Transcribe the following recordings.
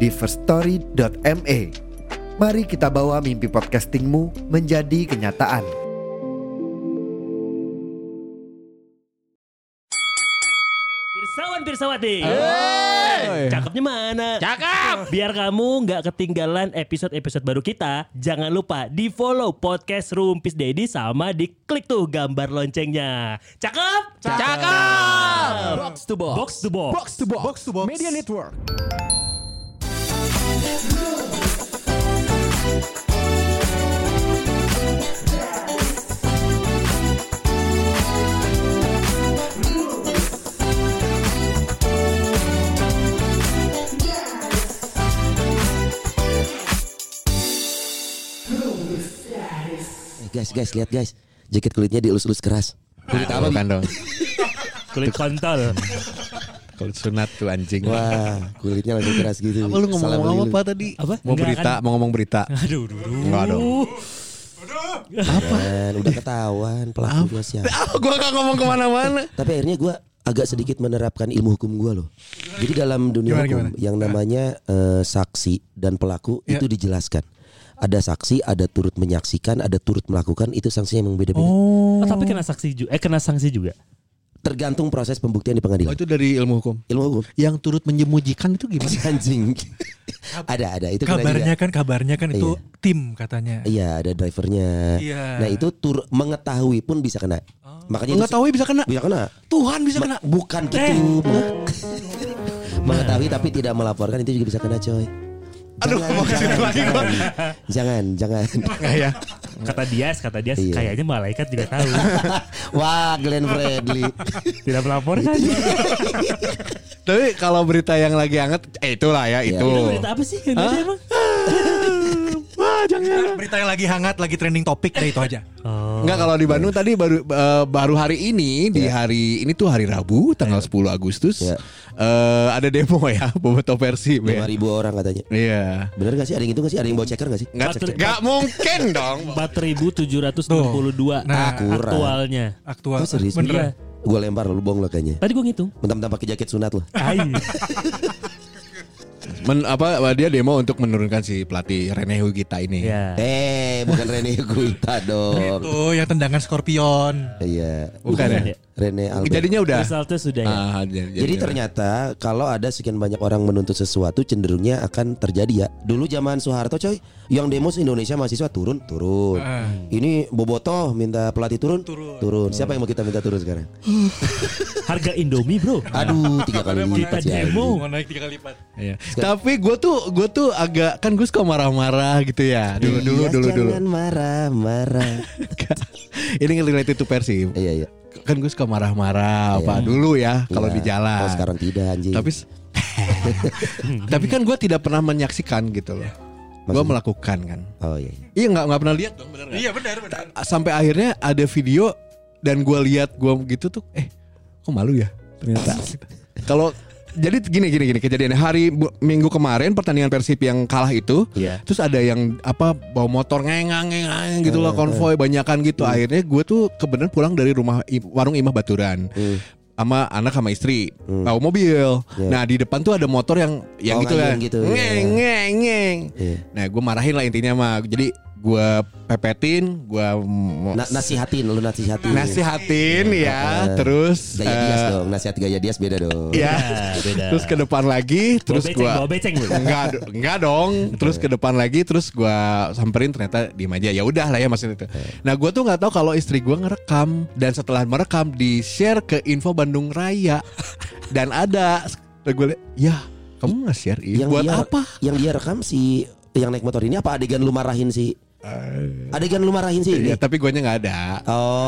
di firststory.me. Mari kita bawa mimpi podcastingmu menjadi kenyataan. Pirsawan Pirsawati. Hey! Cakepnya mana? Cakep. Biar kamu nggak ketinggalan episode-episode baru kita, jangan lupa di follow podcast Rumpis Dedi sama di klik tuh gambar loncengnya. Cakep? Cakep. Box to box. Box to box. to box. Box to box. Media Network. Eh, Guys, guys, lihat guys. Jaket kulitnya dielus-elus keras. Kulit apa? Bukan dong. Kulit kontol. Kulit sunat tuh anjing. Wah, kulitnya langsung keras gitu. Apa lu ngomong-ngomong Assalamualaikum. apa tadi? Apa? Mau Enggak, berita, kan? mau ngomong berita. Aduh, aduh, aduh. Enggak dong. Dan udah ketahuan pelaku gua siapa. Ah, gua gak ngomong kemana-mana. Tapi akhirnya gua agak sedikit menerapkan ilmu hukum gua loh. Jadi dalam dunia Gimana, hukum gimana? Nah. yang namanya eh, saksi dan pelaku Ya. itu dijelaskan. Ada saksi, ada turut menyaksikan, ada turut melakukan, itu sanksinya memang beda-beda. Oh. Oh, tapi kena saksi juga. Eh, kena sanksi juga. Tergantung proses pembuktian di Oh, pengadilan. itu dari ilmu hukum. Ilmu hukum. Yang turut menjemujikan itu gimana? Anjing. ada ada itu kena juga. Kabarnya kan, kabarnya kan itu Iya. tim katanya. Iya ada drivernya. Iya. Nah itu tur mengetahui pun bisa kena. Makanya Enggak itu- tahu Oh. bisa kena. bisa kena. Tuhan bisa Ma- kena. Bukan gitu. Bang. mengetahui tapi tidak melaporkan itu juga bisa kena coy. Aduh, mau ke situ lagi gua. Jangan jangan. Enggak ya. Kata Dias, kata Dias Iya. kayaknya malaikat juga tahu. Wah Glenn Fredly. Tidak melaporkan. Tapi kalau berita yang lagi hangat, eh itulah ya, itu. Itu berita apa sih? Yang ada emang? Wah, jangan. Berita yang lagi hangat, lagi trending topik deh itu aja. Oh. Enggak kalau di Bandung tadi baru eh, baru hari ini di hari ini tuh hari Rabu tanggal 10 Agustus Ya. eh, ada demo ya Boboto versi Lima Iya. ribu orang katanya. Bener gak sih ada yang itu gak sih ada yang bawa ceker gak sih? Enggak Patut- enggak Iya. mungkin dong. 4762 Nah, kurang. aktualnya. Aktual. Oh, serius? Beneran. Gue lempar lu bohong lo kayaknya. Tadi gue ngitung. Mentang-mentang pakai jaket sunat lo. Men, apa dia demo untuk menurunkan si pelatih Rene Hugita ini. Iya. Eh bukan Rene Guita dong. Itu yang tendangan Scorpion. Iya. Bukan ya? Bukan ya? Rene Albert. Jadinya udah. Resultnya sudah ya. Ah, jadi, Jadi ternyata kalau ada sekian banyak orang menuntut sesuatu cenderungnya akan terjadi ya. Dulu zaman Soeharto coy, yang demo Indonesia mahasiswa turun, turun. Ah. Ini Boboto minta pelatih turun, turun. Siapa yang mau kita minta turun sekarang? Harga Indomie, Bro. Aduh, tiga kali lipat ya. Kita jadi. demo. Mau naik tiga kali lipat. Iya. Tapi gue tuh gue tuh agak kan gue suka marah-marah gitu ya dulu dulu Iya, dulu dulu. Jangan marah-marah. ini related to Persib. iya, iya. Kan gue suka marah-marah apa dulu ya kalau Iya. di jalan. Oh, sekarang tidak anjing. tapi s- tapi kan gue tidak pernah menyaksikan gitu Iya. loh gue melakukan kan Oh iya. iya. iya nggak nggak pernah lihat dong bener nggak? Iya benar benar. sampai akhirnya ada video dan gue lihat gue gitu tuh eh kok malu ya ternyata kalau jadi gini gini gini kejadian hari bu- minggu kemarin pertandingan Persib yang kalah itu Iya. terus ada yang apa bawa motor ngengang ngengang gitu lah konvoy banyakan gitu akhirnya gue tuh kebenaran pulang dari rumah i- warung Imah Baturan sama anak sama istri bawa mobil nah di depan tuh ada motor yang yang Oh, gitu kan ngayun gitu, ya. ngeng ngeng ngeng Iya. nah gue marahin lah intinya mah jadi gue pepetin gue Na nasihatin lu nasihatin. nasihatin ya terus Gaya Dias eh, dong, nasihat gaya Dias beda dong. ya Nah, beda. terus ke depan lagi Bawa terus beceng, gue bawa beceng, Bro. enggak do- enggak dong terus ke depan lagi terus gua samperin ternyata diem aja ya udah lah ya maksudnya itu nah gua tuh nggak tahu kalau istri gua ngerekam dan setelah merekam di share ke info Bandung Raya dan ada gue ya kamu nge-share ini yang buat dia, apa Yang dia rekam si yang naik motor ini apa adegan lu marahin si? Hmm. Adegan lu marahin si ya ini. tapi guanya nggak ada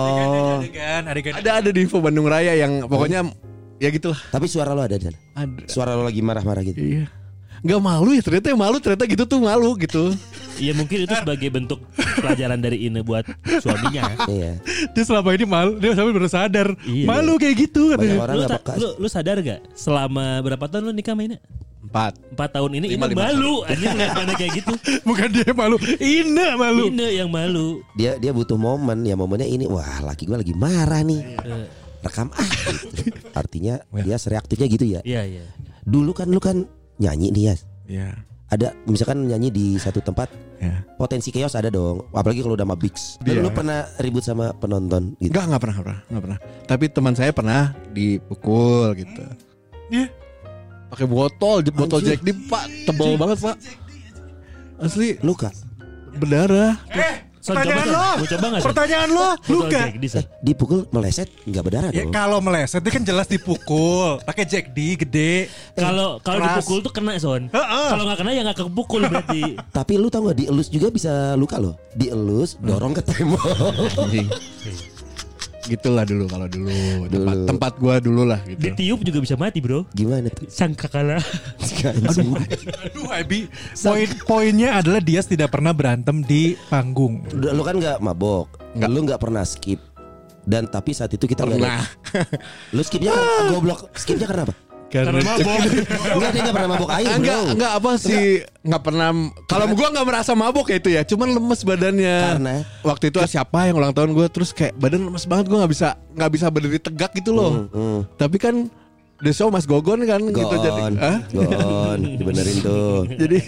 Oh. Adegan, adegan. ada ada di info Bandung Raya yang pokoknya ya gitulah Tapi suara lu ada di sana. ada Suara lu lagi marah-marah gitu. iya nggak malu ya ternyata yang malu ternyata gitu tuh malu gitu Iya mungkin itu sebagai bentuk pelajaran dari Ine buat suaminya. Iya. Dia selama ini malu, dia sampai baru sadar. Iya. Malu kayak Banyak gitu katanya. orang lu, nggak ta- peka. lu, lu sadar gak selama berapa tahun lu nikah sama Ine? empat Empat tahun ini Lima, Ine lima malu Anjing ngeliat mana kayak gitu Bukan dia yang malu, Ina malu. Ine yang malu Dia dia butuh momen ya momennya ini wah laki gue lagi marah nih. Iya. Rekam ah. gitu. Artinya dia reaktifnya gitu ya. Iya iya Dulu kan lu kan nyanyi nih ya. Iya, ya Ada misalkan nyanyi di satu tempat potensi chaos ada dong apalagi kalau udah sama Bix Lalu Iya. lu pernah ribut sama penonton gitu Enggak, enggak pernah, nggak pernah, enggak pernah. Tapi teman saya pernah dipukul gitu. Iya. Pakai botol, je- botol Anjir. Jack Dip, Pak. Tebal banget, Pak. Asli luka berdarah. Son, coba, Pertanyaan Son. lo. Mau coba gak Son? Eh, Pertanyaan lo, Botol luka. Jack di, Son. eh dipukul meleset nggak berdarah Ya dong kalau meleset dia kan jelas dipukul, pakai jack D gede. Kalau kalau Keras. dipukul tuh kena Son Heeh. Kalau gak kena ya gak kepukul berarti tapi lu tau gak dielus juga bisa luka loh dielus Hmm. dorong ke tembok Anjing. Gitulah dulu kalau dulu. Tempat Dulu. tempat gua dulu lah gitu. Ditiup juga bisa mati bro gimana tuh Sangka kalah Aduh, Aduh, Abi. Poin poinnya adalah dia tidak pernah berantem di panggung. udah lu kan nggak mabok Nggak. lu nggak pernah skip dan tapi saat itu kita nggak Nah. Pernah. Ah. ada- lu skipnya goblok skipnya karena apa Karena mabok Enggak dia nggak pernah mabok air enggak, Eh, bro enggak apa sih? Enggak pernah. Kalau gua enggak merasa mabok ya itu ya, cuman lemes badannya. Karena? waktu itu siapa yang ulang tahun gua terus kayak badan lemes banget gua nggak bisa nggak bisa berdiri tegak gitu loh. Tapi kan the show Mas Gogon kan gitu jadi. Gon, Hah? Gon, dibenerin tuh. jadi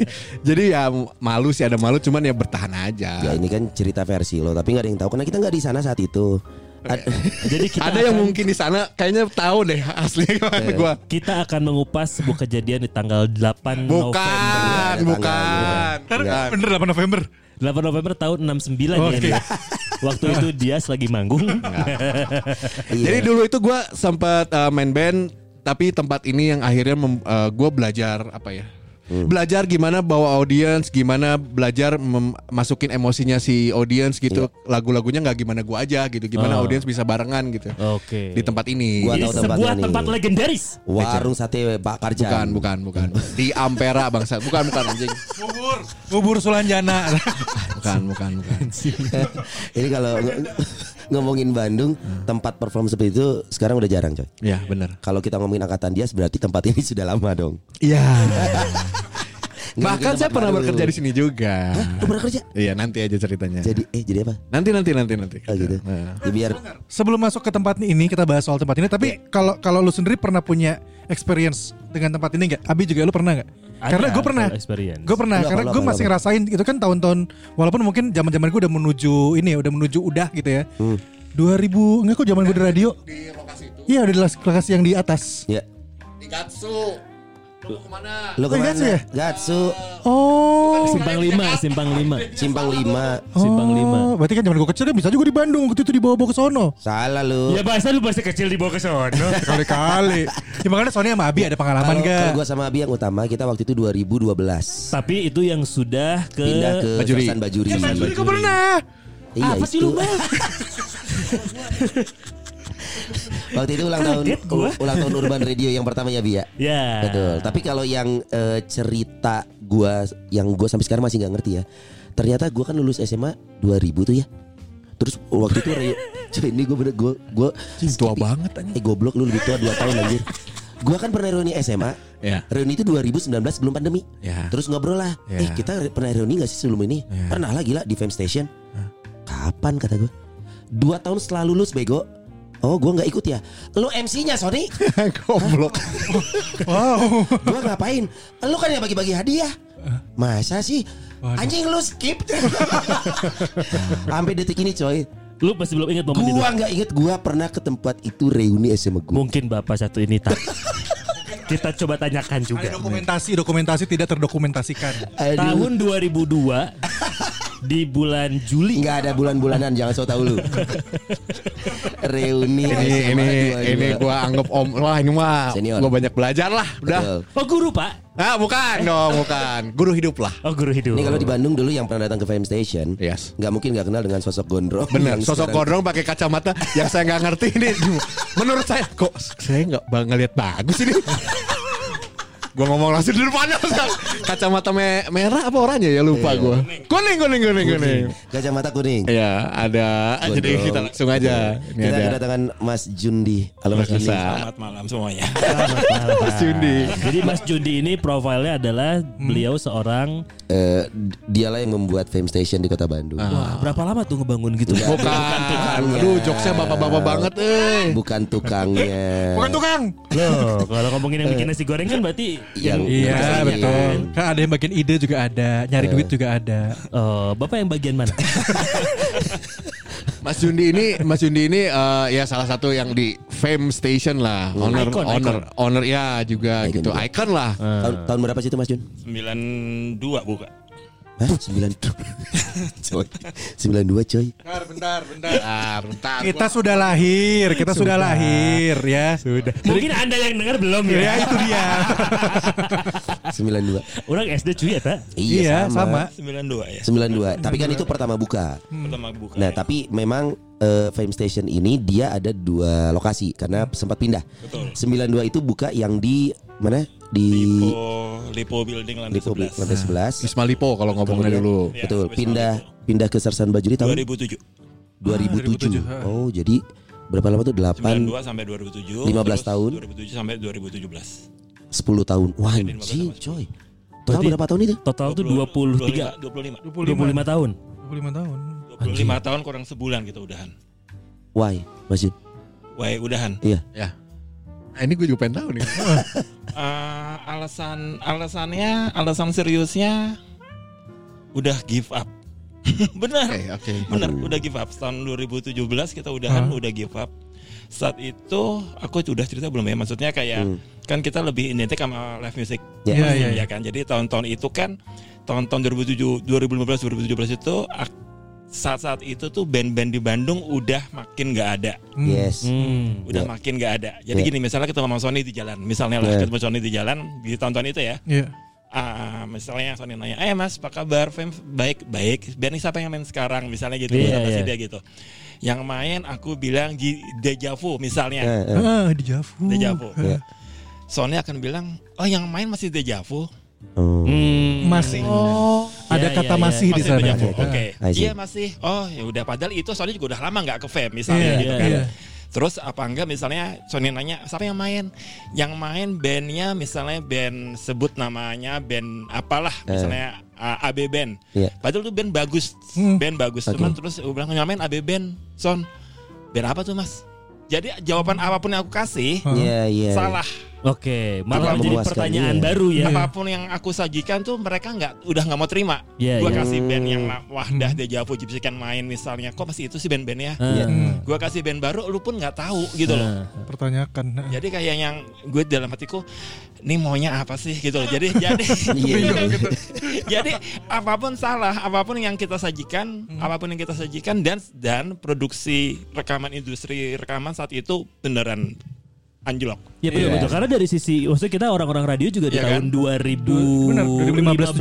jadi ya malu sih ada malu cuman ya bertahan aja. Ya ini kan cerita versi lo, tapi nggak ada yang tahu karena kita nggak di sana saat itu. Ad- Jadi kita ada yang akan- mungkin di sana kayaknya tahu deh aslinya gimana gua. Kita akan mengupas sebuah kejadian di tanggal 8 November Bukan, November. bukan. Ntar Ya. Bukan. bener 8 November. 8 November tahun 69 ya Oke. dia. Waktu itu dia lagi manggung Iya. Jadi dulu itu gua sempat uh, main band tapi tempat ini yang akhirnya mem- uh, gua belajar apa ya? Hmm. Belajar gimana bawa audiens, gimana belajar mem- masukin emosinya si audiens gitu. Iya. Lagu-lagunya nggak gimana gua aja gitu, gimana Oh. audiens bisa barengan gitu. Oke Di tempat ini. Iya. Ah. Gua Jadi tahu tempatnya sebuah nih. tempat legendaris Warung sate Bukan, bakar jam. bukan, bukan. Di Ampera bangsa. Bukan, bukan anjing. Bubur, bubur Sulanjana. Bukan, bukan, bukan. Ini kalau ng- ngomongin Bandung, tempat perform seperti itu sekarang udah jarang, coy. Ya, benar. Kalau kita ngomongin angkatan dia berarti tempat ini sudah lama dong. Iya. Nggak Bahkan mungkin saya tempat pernah baru. bekerja di sini juga. Lu pernah kerja? Iya, nanti aja ceritanya. Jadi eh jadi apa? Nanti, nanti, nanti, nanti. Oh Iya, gitu. Nah. Ya, biar Sebelum masuk ke tempat ini kita bahas soal tempat ini, tapi Iya. kalau kalau lu sendiri pernah punya experience dengan tempat ini nggak? Abi juga lu pernah nggak? Ada, Karena gue pernah. kalau experience. Gue pernah Lu apa, karena lu apa, gue lu masih apa? ngerasain itu kan tahun-tahun walaupun mungkin zaman-zaman gue udah menuju ini ya, udah menuju udah gitu ya. Hmm. 2000 enggak kok zaman Eh, gue di radio. Di lokasi itu, Iya udah di las- lokasi yang di atas. ya. di Katsu. Lu kemana? Lu Oh, kemana? Gatsu ya? Gatsu, Oh. Simpang 5 Simpang Iya, 5 Simpang 5. Oh. Simpang 5 Berarti kan zaman gue kecil kan bisa juga di Bandung waktu itu dibawa-bawa ke sono. Salah lu. Ya bahasa lu bahasa kecil dibawa ke sono Kali-kali. ya makanya soalnya sama Abi ada pengalaman Kalau- gak? Kalau gua sama Abi yang utama kita waktu itu 2012. Tapi itu yang sudah ke Iya, Pindah ke Bajuri. Kawasan Bajuri. Gue Iya, pernah. Iya, Ah, Apa sih itu. lu Bang? Waktu itu ulang tahun Kaget gua. ulang tahun Urban Radio yang pertama ya Bi ya. Ya Betul. Tapi kalau yang eh, cerita gua yang gua sampai sekarang masih nggak ngerti ya. Ternyata gua kan lulus SMA 2000 tuh ya. Terus waktu itu reu- Cuy, ini gua bener gua gua Tua banget anjing. eh goblok lu lebih tua 2 tahun anjir. Gua kan pernah reuni SMA. Ya. Reuni itu 2019 sebelum pandemi. Ya. Terus ngobrol lah. Ya. Eh, kita re- pernah reuni gak sih sebelum ini? Ya. Pernah lah gila di Fame Station. Kapan kata gua? Dua tahun setelah lulus bego. Oh, gua nggak ikut ya. Lu MC-nya, Sony. Goblok. Wow. gua ngapain? Lu kan yang bagi-bagi hadiah. Masa sih? Anjing lu skip. Sampai detik ini coy, Lu masih belum ingat momen itu gua nggak inget gua pernah ke tempat itu reuni SMA gua. Mungkin bapak satu ini tak Kita coba tanyakan Ada juga dokumentasi, dokumentasi tidak terdokumentasikan. Aduh. Tahun 2002 Di bulan Juli nggak ada bulan-bulanan, jangan so tau lu. reuni Ini SMA ini 22. ini gua anggap om lah ini mah Senior. gua banyak belajar lah udah. Betul. Oh guru pak Ah bukan dong bukan. Guru hidup lah. Oh guru hidup Ini kalau di Bandung dulu yang pernah datang ke Fame Station, Yes. nggak mungkin nggak kenal dengan sosok gondrong. Bener, yang sosok gondrong sekarang- pakai kacamata yang saya nggak ngerti ini. Menurut saya kok saya nggak bang ngelihat bagus ini. Gua ngomong langsung di depannya Ustaz. Kacamata me- merah apa oranye ya lupa gua. Kuning kuning kuning kuning. Kacamata kuning. Ya ada. Jadi Gondrong. kita langsung aja. Ini kita ada. kedatangan Mas Jundi. Halo Mas Jundi. Masa. Selamat malam semuanya. Mas Jundi. Jadi Mas Judi ini profilnya adalah beliau seorang Eh, dialah yang membuat Fame Station di Kota Bandung. Wah, Ah. berapa lama tuh ngebangun gitu? Bukan. Aduh, jokesnya bapak-bapak banget, eh. Bukan tukangnya. Bukan tukang. Loh, kalau ngomongin yang bikin nasi goreng kan berarti Yang Iya yang- betul. Kan ada yang bagian ide juga ada, nyari duit juga ada. eh, Bapak yang bagian mana? Mas Jundi ini, Mas Jundi ini eh, ya salah satu yang di Fame Station lah, owner, Icon, owner, icon. owner ya juga Icon gitu, juga. Hmm, icon lah. Tahun, Ah. tahun berapa sih itu Mas Jun? 92 buka. Hah? 92 coy 92 coy Bentar, bentar, bentar. bentar. Kita sudah lahir, kita sudah lahir ya. Sudah. Mungkin Anda yang dengar belum Ya ya. itu dia. 92 Orang SD cuy ya, tak? Iya sama. 92 ya. 92 Tapi kan itu pertama buka Pertama buka. Nah ya. tapi memang eh, Fame Station ini dia ada dua lokasi Karena sempat pindah Betul. 92 itu buka yang di mana? Di Lipo, Lipo Building lantai Lipo Bli- 11. lantai 11 Isma Lipo kalau ngomongnya dulu. Ya, Betul habis Pindah malam pindah ke Sarsan Bajuri tahun 2007. 2007 2007, Oh jadi berapa lama tuh? 8 10 92 sampai 2007. 15 terus tahun. 2007 sampai 2017. tahun Wah Jadi anjing 15 sama coy Total berapa tahun itu? Oh, Total tuh 23 25 25. tahun. 25 tahun. 25 tahun kurang sebulan kita udahan. Why? Mas Jun? Wah, udahan. Iya Ya. Nah, ini gue juga pengen tahu nih. Eh, alasan alasannya, alasan seriusnya udah give up. Benar. Oke, Eh, oke. Benar, udah give up. Tahun 2017 kita udahan, udah give up. Saat itu aku udah cerita belum ya? Maksudnya kayak kan kita lebih identik sama live music. Hmm. Ya. Iya, iya, iya. ya kan. Jadi tahun-tahun itu kan tahun-tahun 2007 2015 2017 itu ak- saat-saat itu tuh band-band di Bandung udah makin nggak ada. Hmm. Yes Hmm. Udah makin nggak ada. Jadi Ya. gini, misalnya ketemu sama Sony di jalan. Misalnya lah Ya. ketemu Sony di jalan di tahun-tahun itu ya. Iya. Ah, misalnya Sony nanya, eh mas, apa kabar? Fem baik baik. Biar nih siapa yang main sekarang? Misalnya gitu, Iya, kata si iya. dia gitu. Yang main aku bilang Ji- Deja Vu misalnya, Iya. Eh, eh. Ah, di Javu. Deja Vu. Iya. Sony akan bilang, oh yang main masih Deja Vu, Oh. Hmm. Masih. ada Iya, kata iya, Oh. masih di masih sana. Deja Vu. Ah. Oke, I see. iya masih. Oh ya udah. Padahal itu Sony juga udah lama nggak ke Fem misalnya Iya, gitu iya, kan. iya. Terus apa enggak misalnya Sony nanya siapa yang main? Yang main bandnya misalnya band sebut namanya band apalah misalnya ah, A- AB band. Eh. Iya. Padahal tuh band bagus, Hmm. band bagus. Oke. Cuman terus gue bilang yang main AB band, Son. Band apa tuh mas? Jadi jawaban apapun yang aku kasih Iya, iya. salah. Oke, malah Apa jadi memuaskan, pertanyaan iya. baru ya. Apapun yang aku sajikan tuh mereka nggak udah nggak mau terima. Iya, Gua iya. kasih band yang ma- Wahdah Deja Vu Gypsy Can main misalnya. Kok masih itu sih band-bandnya? Iya. Hmm, Gua kasih band baru, lu pun nggak tahu gitu loh. Pertanyakan. Jadi kayak yang gue dalam hatiku ini maunya apa sih gitu loh. Jadi jadi Gitu. Iya, iya. jadi apapun salah, apapun yang kita sajikan, apapun yang kita sajikan dan dan produksi rekaman industri rekaman saat itu beneran anjlok. Ya betul Iya. betul karena dari sisi maksudnya kita orang-orang radio juga di Iya tahun kan? Iya. 2000 Benar,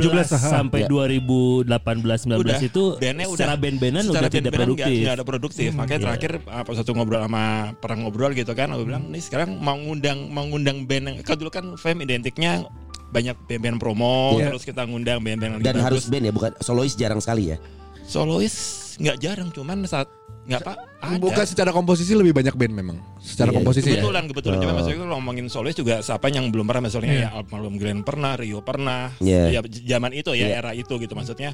2015, 17, ah. sampai 2018 19 itu bandnya secara band-bandan secara udah tidak band-bandan nggak- produktif. Hmm. Iya. nggak ada produktif. Makanya terakhir apa satu ngobrol sama perang ngobrol gitu kan, aku bilang nih sekarang mau ngundang mau ngundang band yang kan dulu kan fame identiknya banyak band-band promo Iya. terus kita ngundang band-band yang lebih Dan bagus. harus band ya, bukan solois jarang sekali ya. solois nggak jarang cuman saat nggak pak ada Bukan secara komposisi lebih banyak band memang. Secara Iya. komposisi ya. kebetulan kebetulan Oh. cuman maksudnya kalau ngomongin solois juga siapa yang belum pernah misalnya Iya. ya Almarhum Glenn pernah Rio pernah Iya. ya j- zaman itu ya era itu gitu maksudnya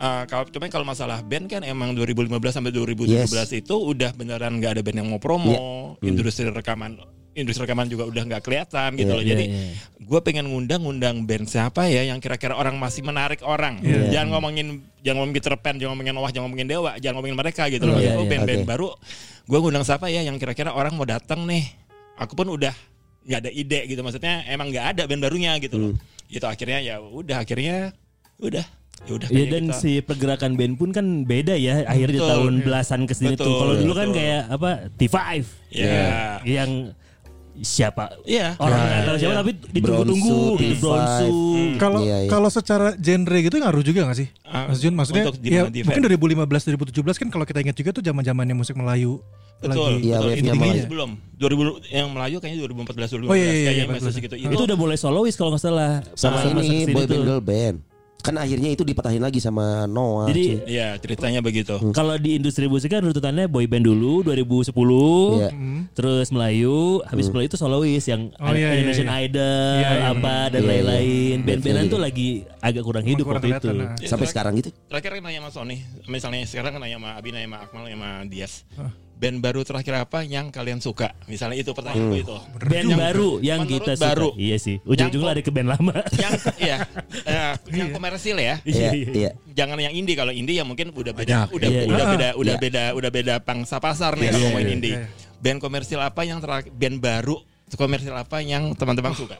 Eh, kalau cuman kalau masalah band kan emang 2015 sampai 2017 itu udah beneran nggak ada band yang mau promo Iya. Hmm. industri rekaman industri rekaman juga udah nggak kelihatan gitu Iya, loh iya, jadi iya. gue pengen ngundang-ngundang band siapa ya yang kira-kira orang masih menarik orang Iya. jangan ngomongin jangan ngomongin Peter Pan jangan ngomongin Wah jangan ngomongin Dewa jangan ngomongin mereka gitu loh Iya, Maksud gua iya. band-band Oke. baru gue ngundang siapa ya yang kira-kira orang mau datang nih aku pun udah nggak ada ide gitu maksudnya emang nggak ada band barunya gitu loh Hmm. itu akhirnya ya udah akhirnya udah Iya, ya udah Ya kayaknya dan kita- si pergerakan band pun kan beda ya akhirnya di Betul. tahun belasan ke sini tuh. Betul, Kalau dulu kan betul. kayak apa T5 ya yang siapa Iya. orang Nah, Iya, nggak tahu iya, siapa iya. tapi ditunggu-tunggu Bronsu, gitu T5. Bronsu. Kalau Iya, iya. kalau secara genre gitu ngaruh juga gak sih? Ah, Mas Jun maksudnya untuk di ya, mana di mungkin 2015 2017 kan kalau kita ingat juga tuh zaman-zamannya musik Melayu Betul. lagi Iya, betul. wave-nya Ini Melayu. belum. 2000 yang Melayu kayaknya 2014 2015 Oh, iya, iya, kayaknya iya, masih segitu. Iya. Itu udah mulai solois kalau nggak salah. sama Masa-masa ini kesini boy tuh. band girl band kan akhirnya itu dipatahin lagi sama Noah Jadi cuy. Iya, ceritanya begitu. Hmm. kalau di industri musik kan runtutannya boy band dulu 2010, Iya. terus Melayu, habis Hmm. Melayu itu solois yang Hmm. Oh, iya, iya, Indonesian iya. Idol Iya, iya, apa dan Iya, iya. lain-lain. Band-bandan iya, Betul. tuh lagi agak kurang hidup kurang waktu itu. kelihatan, nah. sampai Ya, terakhir- sekarang gitu Terakhir kan nanya sama Sony, misalnya sekarang kan nanya sama Abi, nanya sama Akmal, nanya sama Dias. Band baru terakhir apa yang kalian suka? Misalnya Hmm. itu pertanyaan gue itu. Band Yang- baru yang menurut kita suka. baru. Iya sih. Ujung-ujungnya Yang- lari ke band lama. Yang ya, eh, yang komersil ya. iya iya. iya Jangan yang indie kalau indie ya mungkin udah Banyak. beda, udah Iya, iya. udah Ah, beda, udah Iya. beda, udah beda pangsa pasar Iya, nih kalau iya, main iya, indie. iya. Band komersil apa yang terakhir? Band baru komersil apa yang teman-teman suka?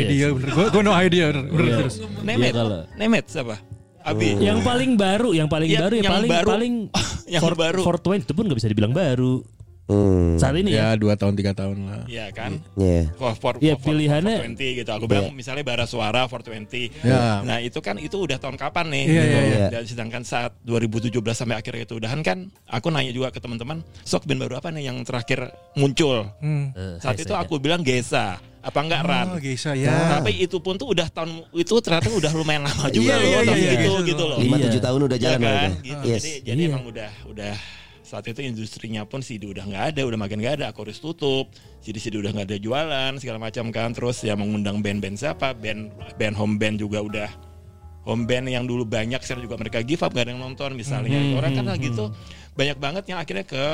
Iya idea bener gue gue no idea bener, bener Iya. terus Name Iya, it. kalau- Name it siapa? Abi. Yang paling baru, yang paling Iya, baru, yang, yang paling baru. paling Yang Fort- baru. Fort Wayne itu pun nggak bisa dibilang baru hmm saat ini ya. Ya dua tahun tiga tahun lah. Iya kan? iya For, for, Ya, for- for- pilihannya- 420 gitu. Aku bilang misalnya bara suara 420. Ya. Nah, itu kan itu udah tahun kapan nih? Iya, gitu. iya, iya. Dan sedangkan saat 2017 sampai akhirnya itu udahan kan, aku nanya juga ke teman-teman, sok band baru apa nih yang terakhir muncul? hmm. Eh, Saat saya- itu saya- aku bilang Gesa, apa enggak Ran? oh Geisha Iya. ya Tapi itu pun tuh udah tahun itu ternyata udah lumayan lama Iya, juga loh iya, tahun iya, itu iya. gitu loh. lima Iya. tujuh tahun udah Iya jalan mereka kan? Gitu. yes Iya. Jadi, jadi emang udah udah saat itu industrinya pun CD udah nggak ada, udah makin nggak ada, aku harus tutup. CD CD udah nggak ada jualan segala macam kan. Terus ya mengundang band-band siapa, band band home band juga udah home band yang dulu banyak sekarang juga mereka give up gak ada yang Hmm, nonton misalnya. Orang kan lagi tuh banyak banget yang akhirnya ke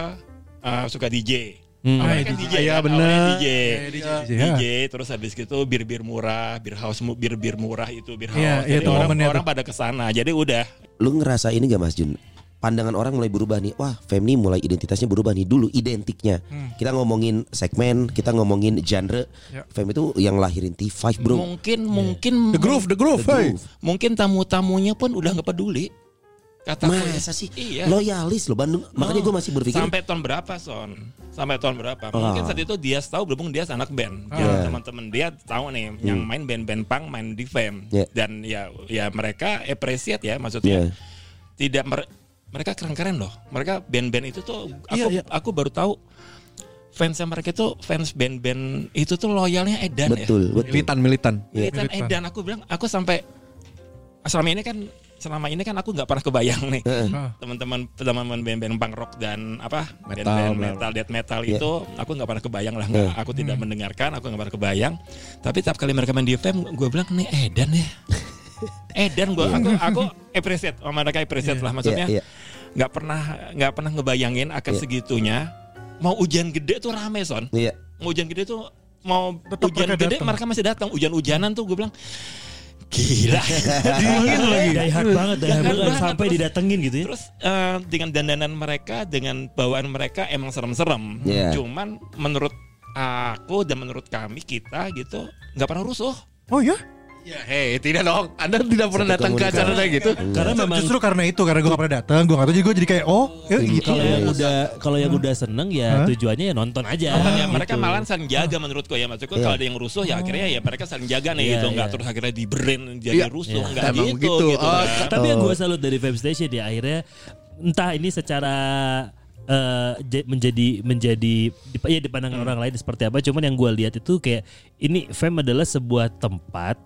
eh, suka DJ. Hmm. Awalnya Ah, iya, kan DJ, iya, kan? bener. Awalnya DJ. Iya, DJ, DJ, DJ, terus habis gitu bir-bir murah, bir house mu- bir-bir murah itu bir house. Iya, iya, Jadi tuh orang, momennya orang tuh. pada kesana. Jadi udah lu ngerasa ini gak Mas Jun pandangan orang mulai berubah nih wah Femni mulai identitasnya berubah nih dulu identiknya Hmm. kita ngomongin segmen kita ngomongin genre Ya. Femni itu yang lahirin T5 bro Iya. mungkin mungkin the groove the The groove hey. groove. mungkin tamu-tamunya pun udah nggak peduli. Kata gue, masa sih Iya. loyalis lo Bandung makanya gue masih berpikir Oh. sampai tahun berapa son? Sampai tahun berapa? Mungkin Ah. saat itu dia tahu berhubung dia anak band. Dia Ah. Hmm. teman-teman dia tahu nih yang main band-band punk main di fame Iya. dan ya ya mereka appreciate ya Iya. maksudnya. Tidak mer- mereka keren-keren loh. Mereka band-band itu tuh aku Iya, iya. aku baru tahu fansnya mereka tuh fans band-band itu tuh loyalnya edan ya. betul betul Militan militan. Iya, militan Militan. edan kan, eh, aku bilang aku sampai selama ini kan selama ini kan aku nggak pernah kebayang nih Ah. teman-teman teman-teman band-band punk rock dan apa Metal, band-band metal. metal death metal Iya. itu aku nggak pernah kebayang lah nggak aku tidak mendengarkan aku nggak pernah kebayang tapi tiap kali mereka main di FM gue bilang nih edan ya edan gue aku aku appreciate sama mereka appreciate lah maksudnya Iya, iya. nggak pernah nggak pernah ngebayangin akan Iya. segitunya mau hujan gede tuh rame son iya mau hujan gede tuh mau Tetap hujan mereka gede datang. mereka masih datang hujan-hujanan tuh gue bilang gila Oh, dingin iya. lagi Die hard banget, die hard Jangan banget banget, sampai Iya. terus- didatengin gitu ya. terus eh, dengan dandanan mereka dengan bawaan mereka emang serem-serem Iya. cuman menurut aku dan menurut kami kita gitu nggak pernah rusuh oh ya Ya hei tidak dong. Anda tidak pernah Satu datang ke komunikasi. acara kayak gitu. Iya. Karena memang justru karena itu karena gue gak pernah datang gue gak tau jadi gue jadi kayak oh ya gitu kalau yang Iya. udah kalau yang udah seneng ya Hah? tujuannya ya nonton aja. Ya, gitu. mereka malah saling jaga menurutku ya maksudku Iya. kalau ada yang rusuh Oh. ya akhirnya ya mereka saling jaga nih Iya, gitu nggak iya. terus akhirnya di brain jadi Iya. rusuh Iya. nggak Emang gitu, begitu. gitu Oh, kan. Tapi yang gue salut dari Fab Station ya akhirnya entah ini secara eh, je- menjadi menjadi di, ya di pandangan orang lain seperti apa. Cuman yang gue lihat itu kayak ini Fam adalah sebuah tempat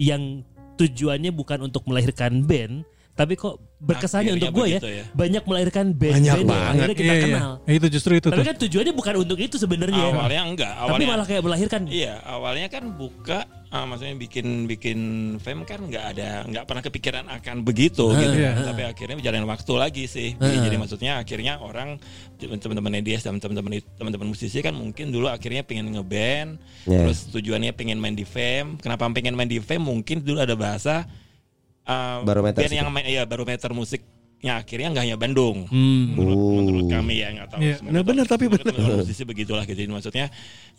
yang tujuannya bukan untuk melahirkan band, tapi kok berkesannya Akhirnya untuk gue ya, begitu ya. banyak melahirkan band, band yang banget. akhirnya kita Iya, iya. kenal. itu justru itu Tapi tuh kan tujuannya bukan untuk itu sebenarnya. awalnya enggak Tapi awalnya malah kayak melahirkan. Iya, awalnya kan buka, ah, maksudnya bikin bikin fam kan nggak ada, nggak pernah kepikiran akan begitu gitu. Tapi akhirnya berjalan waktu lagi sih. Jadi, jadi maksudnya akhirnya orang teman-teman dia sama teman-teman teman-teman musisi kan mungkin dulu akhirnya pengen ngeband, Iya. terus tujuannya pengen main di fam. Kenapa pengen main di fam? Mungkin dulu ada bahasa ah, Barometer band sih. yang main, iya barometer musik. akhirnya nggak hanya Bandung Hmm. menurut, Oh. menurut kami ya nggak tahu. Iya, Menurut- Nah, benar, tapi menurut teman-teman musisi begitulah gitu. Jadi maksudnya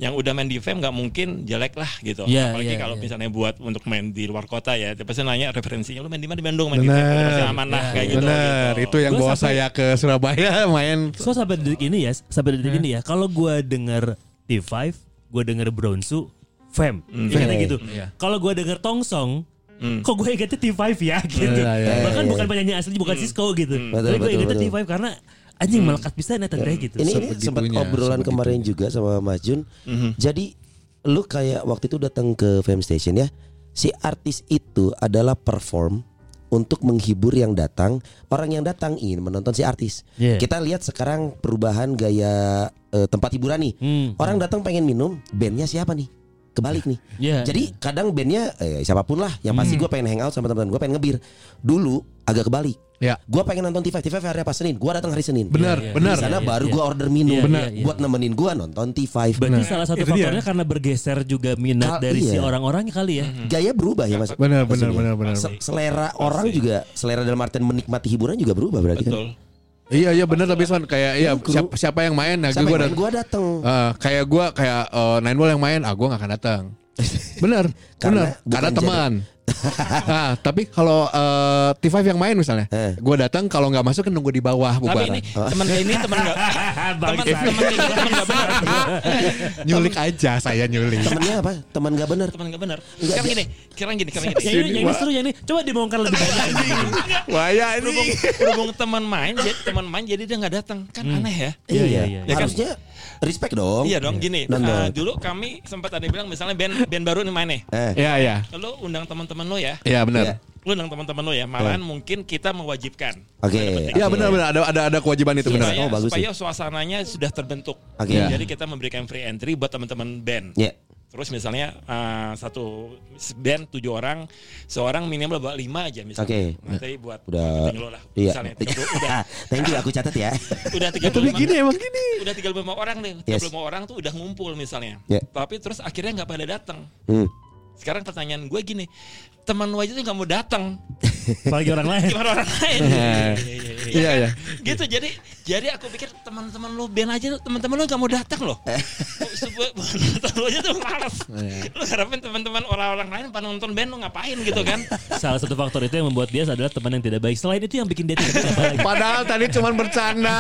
yang udah main di fame nggak mungkin jelek lah gitu. Iya, Apalagi iya, kalau iya. misalnya buat untuk main di luar kota ya. Dia Pasti nanya referensinya lu main di mana di Bandung main di fame Benar. masih aman lah Iya, kayak gitu. Benar, gitu. itu yang Gua bawa sampai- saya ke Surabaya main. So sampai detik ini ya, sampai detik ini ya, kalau gua denger T5, gua denger Bronsu, Fam, ingatnya gitu. Kalau gua denger Tongsong, kok gue ingetnya T5 ya gitu. Iya, iya, Bahkan bukan penyanyi asli, bukan Cisco gitu. Tapi Betul, gue betul, ingetnya betul. T5 karena anjing melekat bisa nah tanda gitu. ini, ini Sebegitunya, sempat sebegitunya. obrolan kemarin juga sama Mas Jun. Mhm. Jadi lu kayak waktu itu datang ke Fame Station ya. Si artis itu adalah perform untuk menghibur yang datang, orang yang datang ingin menonton si artis. Iya. Kita lihat sekarang perubahan gaya eh, tempat hiburan nih. Hmm. Orang datang pengen minum, bandnya siapa nih? Kebalik nih. Iya. Jadi kadang bandnya eh, siapapun lah, yang pasti gue pengen hangout sama teman-teman gue pengen ngebir. Dulu agak kebalik. Ya. Gue pengen nonton TV, TV hari apa Senin, gue datang hari Senin. Benar, Iya, iya. benar. Di sana Iya, baru iya. gua order minum Iya, Benar. iya, iya. buat nemenin gua nonton T5. berarti salah satu itu dia. faktornya karena bergeser juga minat Nah, Kal- dari si iya. orang-orangnya kali ya. Gaya berubah ya Mas. Benar, Mas benar, Uni. benar, benar. Se- Selera orang juga, selera dalam artian menikmati hiburan juga berubah berarti kan? Betul. Iya iya benar tapi Son kayak iya Kru. siapa, siapa yang main nah kan. gue Sampai main gua datang Eh, kayak gue kayak eh, Nine Wall yang main, ah gue gak akan datang. Bener, Karena bener. bukan Karena jadi- teman. nah, tapi kalau eh, T5 yang main misalnya, Eh. gue datang kalau nggak masuk kan nunggu di bawah Tapi bubar. ini teman kayak ini teman enggak teman Bangsat. teman kayak gitu teman enggak benar. Nyulik aja saya nyulik. temennya apa? Teman gak benar. Teman enggak benar. Enggak, Sekarang dia- gini, sekarang gini, sekarang Iya. Yang ini, gini. yang ini seru yang ini. Coba dibongkar lebih banyak. Waya Berhubung berhubung teman main, jadi teman main jadi dia nggak datang. Kan aneh ya. Iya, iya, iya. Ya kan? Harusnya respect dong. Iya dong gini. Nonton. eh, dulu kami sempat ada yang bilang misalnya band band baru nih main nih. Eh, Ya ya, Lo undang teman-teman lo ya. ya Iya. benar. Lu undang teman-teman lo ya. Malahan mungkin kita mewajibkan. Oke. Ya benar benar ada ada ada kewajiban itu benar. Supaya, Oh, bagus supaya suasananya sudah terbentuk. Oke. Ya, Jadi kita memberikan free entry buat teman-teman band. Ya. Terus misalnya eh, satu band tujuh orang, seorang minimal bawa lima aja misalnya. Oke. Nanti buat Udah. marketing lo lah. Iya. Misalnya tiga puluh- udah Thank you aku catat ya. udah tiga Tapi gini emang gini. udah tiga orang nih. Tiga Yes. orang tuh udah ngumpul misalnya. Ya. Tapi terus akhirnya nggak pada datang. Hmm. Sekarang pertanyaan gue gini, teman lu aja tuh nggak mau datang, Apalagi orang lain. gimana orang lain? Iya ya. gitu jadi jadi aku pikir teman-teman lu band aja tuh, teman-teman lu nggak mau datang loh Supaya- nonton lu aja tuh males lu harapin teman-teman orang-orang lain pada nonton band lu ngapain gitu kan Salah satu faktor itu yang membuat dia adalah teman yang tidak baik. Selain itu yang bikin dia tidak baik apalagi. Padahal tadi cuman bercanda.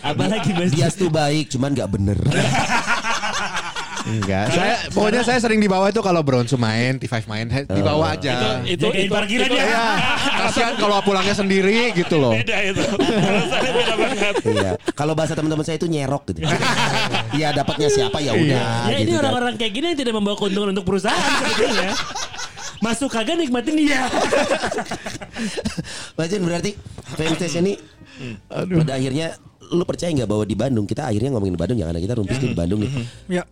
Apalagi Mas. Dia tuh baik, cuman gak bener. Enggak. Saya pokoknya saya sering di bawah itu kalau Bronsu main, T5 main, he- di bawah aja. Itu itu parkiran itu- ya. Iya, kasihan kalau pulangnya sendiri gitu loh. beda itu alasannya beda banget Iya. Kalau bahasa teman-teman saya itu nyerok gitu. Iya, dapatnya siapa ya udah. Ya ini gitu kan. orang-orang kayak gini yang tidak membawa keuntungan untuk perusahaan sebetulnya. Masuk kagak nikmatin dia. Mas Jun, berarti Femtest ini pada akhirnya lu percaya nggak bahwa di Bandung kita akhirnya ngomongin Bandung ya karena kita rumpis tuh di Bandung nih. Ya.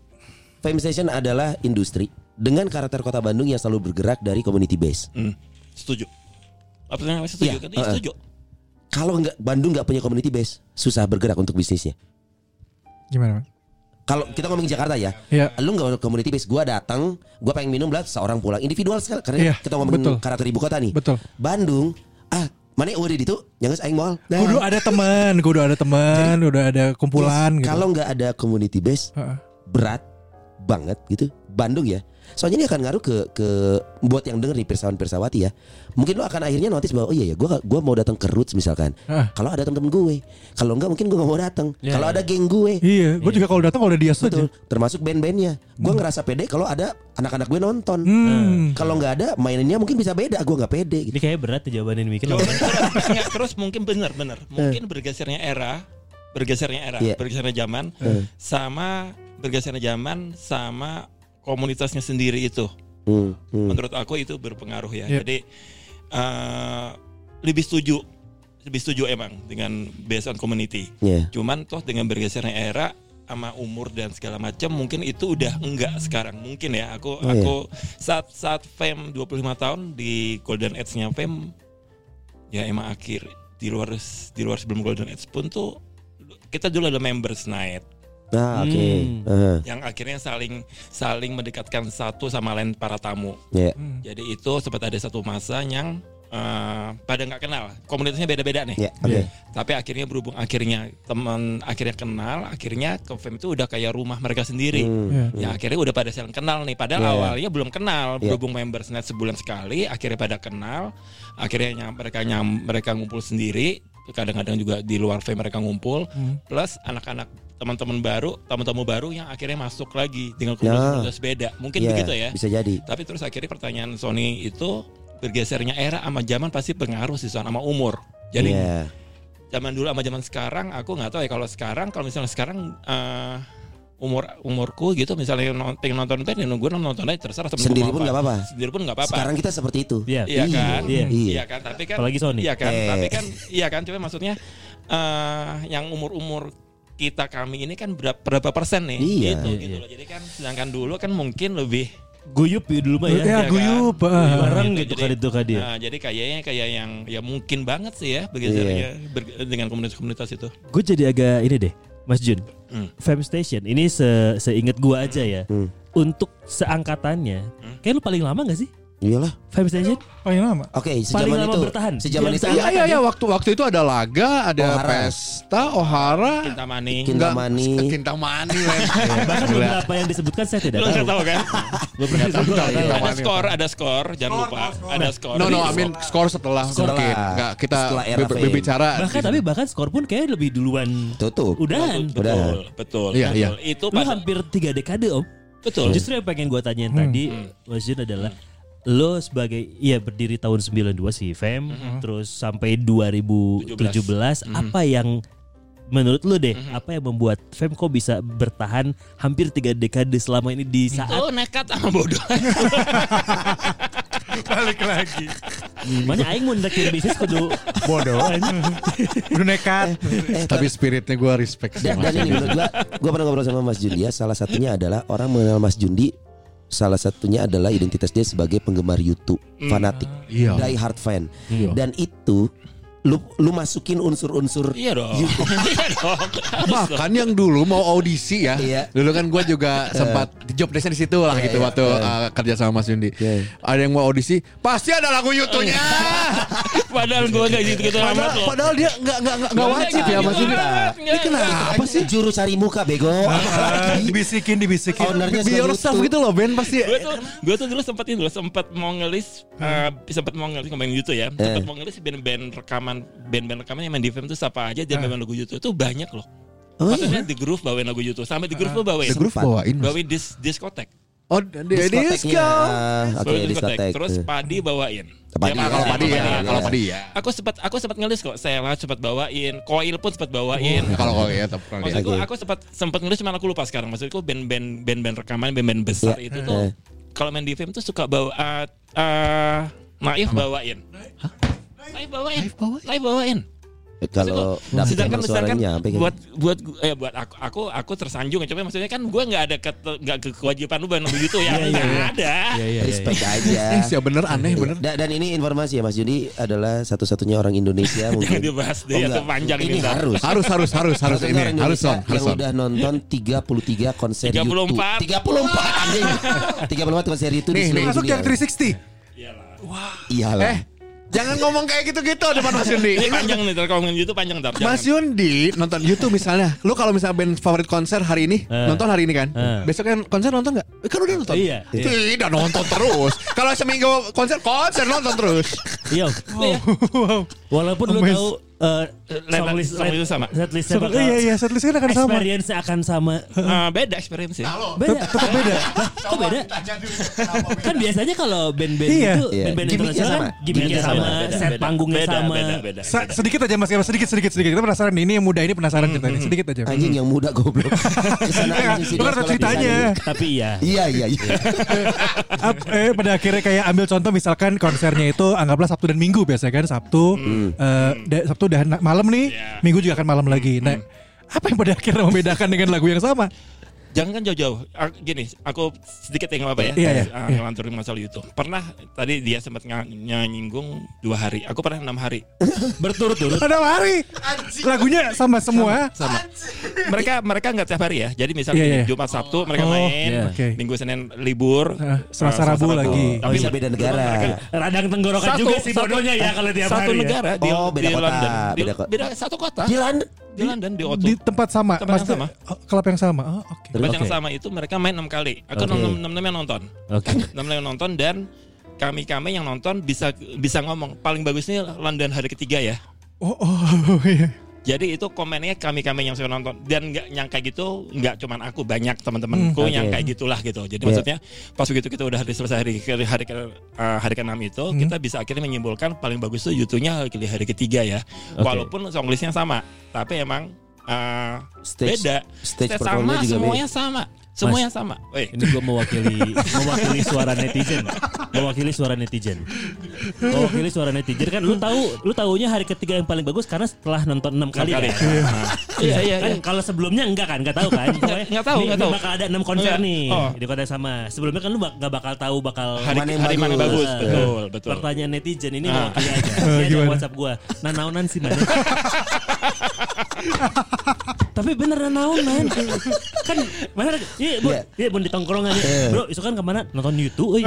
Fame Station adalah industri dengan karakter kota Bandung yang selalu bergerak dari community base. setuju apa namanya setuju Iya, kan Iya, uh-uh. setuju Kalau nggak Bandung nggak punya community base, susah bergerak untuk bisnisnya. Gimana? Mas? Kalau kita ngomongin Jakarta ya, Iya. lu nggak community base. Gua datang, gua pengen minum lah, seorang pulang individual sekali karena Iya, kita ngomongin betul. karakter ibu kota nih. Betul. Bandung, ah mana yang udah di itu, jangan aing mal. Nah, Kudu ada teman, kudu ada teman, udah ada kumpulan gitu. Kalau nggak ada community base, Heeh. berat banget gitu Bandung ya soalnya ini akan ngaruh ke ke buat yang denger nih pirsawan pirsawati ya mungkin lo akan akhirnya notice bahwa oh iya ya gua gua mau datang ke Roots misalkan Ah. kalau ada temen-temen gue kalau enggak mungkin gua gak mau datang kalau ada geng gue Iya, gue juga kalau datang kalau dia saja. betul termasuk band-bandnya gua ngerasa pede kalau ada anak-anak gue nonton Hmm. kalau nggak ada mainannya mungkin bisa beda gua nggak pede gitu Ini kayaknya berat ya jawabannya ini mikir. Jawaban- terus- enggak, terus mungkin benar benar mungkin bergesernya era bergesernya era Iya. bergesernya zaman sama bergesernya zaman sama komunitasnya sendiri itu Hmm, hmm. menurut aku itu berpengaruh ya. Iya. Jadi eh, lebih setuju, lebih setuju emang dengan based on community. Iya. Cuman toh dengan bergesernya era sama umur dan segala macam mungkin itu udah enggak sekarang mungkin ya Oh, aku iya. aku saat saat fame 25 tahun di golden age-nya fame ya emang akhir di luar di luar sebelum golden age pun tuh kita dulu ada members night nah oke Hmm. Heeh, yang akhirnya saling saling mendekatkan satu sama lain para tamu ya. jadi itu sempat ada satu masa yang eh, pada nggak kenal, komunitasnya beda-beda nih. Ya, oke Tapi akhirnya berhubung akhirnya teman akhirnya kenal, akhirnya ke fam itu udah kayak rumah mereka sendiri. Hmm. Ya, Iya. Ya akhirnya udah pada saling kenal nih. Padahal Yeah. awalnya belum kenal. Yeah. Berhubung members net sebulan sekali, akhirnya pada kenal. Akhirnya nyam- mereka nyam, mereka ngumpul sendiri. Kadang-kadang juga di luar fam mereka ngumpul. Plus anak-anak teman-teman baru, tamu-tamu baru yang akhirnya masuk lagi dengan Ya. komunitas beda. Mungkin Iya, begitu ya. bisa jadi Tapi terus akhirnya pertanyaan Sony itu bergesernya era sama zaman pasti pengaruh sih Son sama umur. Jadi Iya. zaman dulu sama zaman sekarang aku nggak tahu ya kalau sekarang kalau misalnya sekarang eh, umur umurku gitu misalnya non- pengen nonton band ya gue nonton aja terserah temen gua Sendiri mau pun nggak apa-apa. sendiri pun nggak apa-apa Sekarang kita seperti itu. Iya. Iya kan, Iya. Iya. iya kan, tapi kan, Apalagi Sony. iya kan, Eh. tapi kan, iya kan, cuma maksudnya eh yang umur-umur kita kami ini kan berapa, berapa persen nih, Iya. gitu, Iya, gitu iya. loh. Jadi kan, sedangkan dulu kan mungkin lebih Guyup ya dulu mah ya. Ya, kan? guyup. Lebih ah. Bareng gitu Jadi- kali itu kali dia. Nah, jadi kayaknya kayak yang ya mungkin banget sih ya begitu Iya. ya, ber- dengan komunitas-komunitas itu. Gue jadi agak ini deh, Mas Jun. Hmm. Fam Station ini se seinget gue aja ya. Hmm. Untuk seangkatannya, kayak lu paling lama gak sih? Iyalah. Fam Station? Oh, yang lama. Oke, Paling sejaman lama itu. bertahan. Sejaman Yang itu. Iya iya iya waktu waktu itu ada laga, ada Ohara. pesta, ohara, Cinta mani. Kin- Kintamani. Iya, Enggak, Kintamani. men. Bahkan Gila. beberapa yang disebutkan saya Lu tidak nggak tahu. tahu kan? Beberapa yang disebutkan saya tidak tahu. ada Mani. skor, ada skor, jangan lupa, ada skor. No no, I Jadi, mean skor setelah Setelah. mungkin. Enggak kita Setelah era be- Fame. berbicara. Bahkan tapi bahkan skor pun kayak lebih duluan. Tutup. Udahan. betul, betul, betul, Iya, iya. betul. Itu Lu pas- hampir tiga dekade om. Nah, betul. Justru yang pengen gue tanyain Hmm. tadi Mas Jun adalah Lo sebagai ya berdiri tahun 92 sih Fem Hmm. Terus sampai 2017 Apa yang menurut lo deh Hmm. Apa yang membuat Fem kok bisa bertahan Hampir tiga dekade selama ini di saat Lo nekat sama bodoh. Balik lagi. Mana Aing mau ngerakir bisnis kudu Bodoh. Udah nekat. Eh, Tapi spiritnya gue respect sih. Dan, dan ini menurut gua, gua pernah ngobrol sama Mas Jundi ya. Salah satunya adalah orang mengenal Mas Jundi. Salah satunya adalah identitas dia sebagai penggemar YouTube, fanatik, Iya. die hard fan. Iya. Dan itu lu lu masukin unsur-unsur Iya dong. YouTube. Iya dong. Bahkan yang dulu mau audisi ya. Iya. Dulu kan gue juga sempat job desknya di situ lah gitu waktu uh, kerja sama Mas Yundi. Iya. Ada yang mau audisi, pasti ada lagu YouTube-nya. Padahal gue gak gitu-gitu amat padahal, loh. padahal dia nggak nggak nggak- nggak wajib ya Mas Yundi. Ini kenapa? apa sih juru cari muka bego? Nah. Apalagi Dibisikin, dibisikin. ownernya Be sebagai yourself YouTube. Iya. gitu loh Ben pasti. Gue tuh, gue tuh dulu sempat ini dulu sempat mau ngelis, Hmm. eh, sempat mau ngelis ngomongin YouTube ya, Eh. sempat mau ngelis band-band rekaman, band-band rekaman yang main di film tuh siapa aja dan band lagu YouTube tuh banyak loh. Eh. Oh, iya. Ah. Maksudnya di groove bawain lagu YouTube, sampai di groove tuh bawain, The Groove Sempat. bawain. Mas. bawain dis diskotek, Oh, di Diskoteknya. disco. Ah, Oke, Bawain diskotek. terus Eh. padi bawain. Padi, Ya, ya, Kalau padi ya, Iya. kalau padi ya. Aku sempat aku sempat ngelis kok, saya lah sempat bawain, koil pun sempat Oh, bawain. Kalau kalau ya tetap pernah dia. Maksudku aku sempat sempat ngelis cuman aku lupa sekarang. Maksudku band-band band-band rekaman band-band besar Iya. itu Eh. tuh kalau main di film tuh suka bawa eh, eh, Naif bawain. Naif bawain. Naif bawain. Eh, Kalau dapet Maksudku, sedangkan emang sedangkan suaranya sampai kayak gitu. Iya, buat buat gu- eh buat aku aku aku tersanjung ya. Cuma maksudnya kan gue nggak ada kete- nggak ke- kewajiban lu banget begitu ya. Nggak ada. Iya iya iya, iya. respect aja. Eh, sih bener aneh bener. Da- Dan ini informasi ya Mas Yudi adalah satu-satunya orang Indonesia Jangan mungkin. dibahas Oh, enggak. deh atau Gitu, Iya, panjang gitu. ini ini. ntar. harus. Harus harus harus harus Satu-satunya ini orang harus Indonesia on harus yang on. udah nonton 33 konser YouTube. 34. 34 anjing. 34 konser YouTube di Nih, seluruh Masuk dunia. Iya, yang 360. Iyalah. Eh, jangan ngomong kayak gitu-gitu depan Mas Yundi. Ini panjang nih, ntar kalau ngomongin YouTube panjang ntar. Mas Jangan. Yundi nonton YouTube misalnya. Lu kalau misalnya band favorit konser hari ini, Eh. nonton hari ini kan. Eh. Besok kan konser nonton nggak? Eh, Kan udah nonton. Iya, iya. Tidak nonton terus. kalau seminggu konser konser nonton terus. Iya, Om. Wow. Walaupun lu Amazed. tahu eh, Line- songlist- song list sama. setlistnya Set- bakal Iya, iya, setlistnya kan akan sama. experience akan sama Eh, beda experience ya. beda tetap beda kok beda kan biasanya kalau band-band Iya. itu Iya. band-band Gimmicknya internasional sama. kan gimmicknya Bimiknya sama Beda, set beda, panggungnya beda, sama Beda, beda, Sa- beda. sedikit aja Mas Gabas, sedikit sedikit sedikit. Kita penasaran nih, ini yang muda ini penasaran kita nih. Sedikit aja. Anjing yang muda goblok. Kesana Iya, anjing lu kan sekolah ada ceritanya. di sana. tapi iya Iya, iya, iya. Ap- eh, pada akhirnya kayak ambil contoh misalkan konsernya itu anggaplah Sabtu dan Minggu biasanya kan Sabtu eh, da- Sabtu udah na- malam nih, Iya. Minggu juga akan malam lagi. Nah, apa yang pada akhirnya membedakan dengan lagu yang sama? Jangan kan jauh-jauh. Aku- Gini, aku sedikit yang apa ya? Iya, iya, Ah, iya. ngelanturin masalah YouTube. Pernah tadi dia sempat nga- nyinggung dua hari. Aku pernah enam hari. berturut-turut Ada hari lagunya sama semua. Sama. Mereka mereka nggak tiap hari ya. Jadi misalnya Iya, gini, iya. Jumat Sabtu mereka Oh, main, iya. Oke. Minggu Senin libur, Ah, Selasa, eh, Rabu lagi. Tapi Oh, Bisa iya, mer- beda negara. mereka- radang tenggorokan juga sih bodohnya ya kalau tiap satu hari ya. negara di, Oh, beda di kota, London. Di- beda kota. satu kota. Di London. Di London di Otu. Di tempat sama, Tempat yang maksudnya sama. oh, klub yang sama. Oh, oke. Tempat yang Oke. sama itu mereka main enam kali. Oke. Aku enam enam enamnya nonton. oke enam yang nonton dan kami kami yang nonton bisa bisa ngomong paling bagusnya London hari ketiga ya Oh, oh, iya. Jadi itu komennya kami-kami yang saya nonton dan nggak yang kayak gitu nggak cuman aku banyak teman-temanku Hmm, yang oke. kayak gitulah gitu. Jadi Iya. maksudnya pas begitu kita udah hari selesai hari ke- hari ke, eh, hari keenam itu Hmm. kita bisa akhirnya menyimpulkan paling bagus tuh YouTube-nya hari, hari ketiga ya. Oke. Walaupun songlistnya sama, tapi emang eh, Stage- beda. Stage sama performnya juga semuanya sama. Semuanya sama. Woi, Ini gue mewakili mewakili suara netizen, mewakili suara netizen, mewakili suara netizen kan. Lu tahu, lu tahunya hari ketiga yang paling bagus karena setelah nonton enam enam kali. kali. Kan? Nah, Iya iya Kan iya. kalau sebelumnya enggak kan, enggak tahu kan? Pokoknya Nggak tahu, ini- nggak ini tahu. Bakal ada enam konser Nggak. nih Oh. di kota yang sama. Sebelumnya kan lu bak- nggak bakal tahu bakal Hari, Mana yang hari mana yang bagus. bagus? Betul, betul. Nah, pertanyaan netizen ini Ah. mewakili aja. Eh, Ini ada gimana? WhatsApp gua. Nah, naonan sih mana? Tapi bener naonan. kan mana iya bu, Iya. iya bun di tongkrongan ya. Iya. Bro, isu kan kemana? Nonton YouTube euy.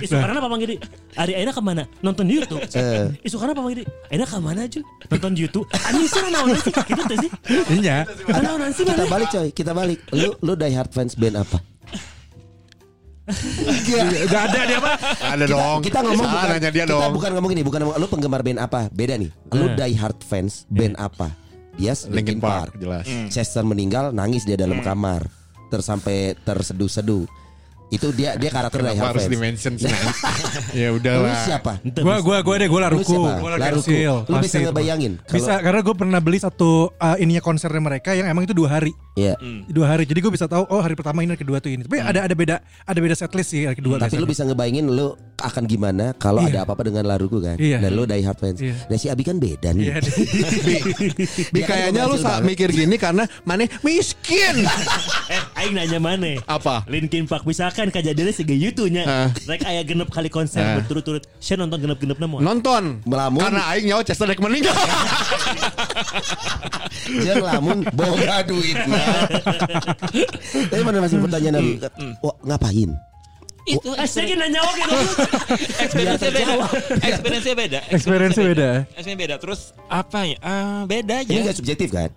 isu karena apa Manggiri? Ari Aina kemana? Nonton YouTube. Iya. Eh. isu karena apa Manggiri? Aina kemana aja? Nonton YouTube. Anjing sih naonan sih. Gitu tuh sih. Iya. Naonan sih Kita mana? balik coy, kita balik. Lu lu die hard fans band apa? Gak ada dia apa? Ada dong. Kita ngomong Salah bukan, nanya dia kita dong. Eh. bukan ngomong ini, bukan ngomong lu penggemar band apa? Beda nih. Lu Nah. die hard fans band apa? Dia Linkin Park. jelas. Chester meninggal nangis dia dalam Hmm. kamar tersampai terseduh-seduh. Itu dia dia karakter die hard Kenapa harus fans. di mention sih? Nans? ya Lu udahlah. siapa? Ente, Gua gua gua deh gua Lu laruku. siapa? Gua Laruku. Garcil, Lu pasti bisa itu. ngebayangin Bisa kalau- karena gue pernah beli satu uh, ininya konsernya mereka yang emang itu dua hari. Iya. Hmm. Dua hari. Jadi gue bisa tahu oh hari pertama ini hari kedua tuh ini. Tapi ada ada beda ada beda setlist sih hari kedua. Tapi lu biasanya. bisa ngebayangin lu akan gimana kalau Iya. ada apa-apa dengan Laruku kan? Iya. Dan lu die hard fans. Iya. Dan si Abi kan beda nih. Iya. deh. Bi, Bi, Dia kan kayaknya lu komersil saat banget. mikir gini karena mana miskin. Eh, aing nanya mana? Apa? Linkin Park misalkan kejadiannya segi YouTube-nya. Ah. Rek aya genep kali konser Ah. berturut-turut. Saya nonton genep-genep nama. Nonton. Melamun. Karena aing nyawa Chester Dek meninggal. Jangan lamun boga duitnya. Tapi mana masih pertanyaan Abi? Hmm. Wah, ngapain? Itu Eh, saya ingin nanya oke dong. experience-nya beda. Experience-nya beda. Experience-nya beda. Experience-nya beda. Terus apa ya? Ah, beda aja. Iya. Ini nggak subjektif kan?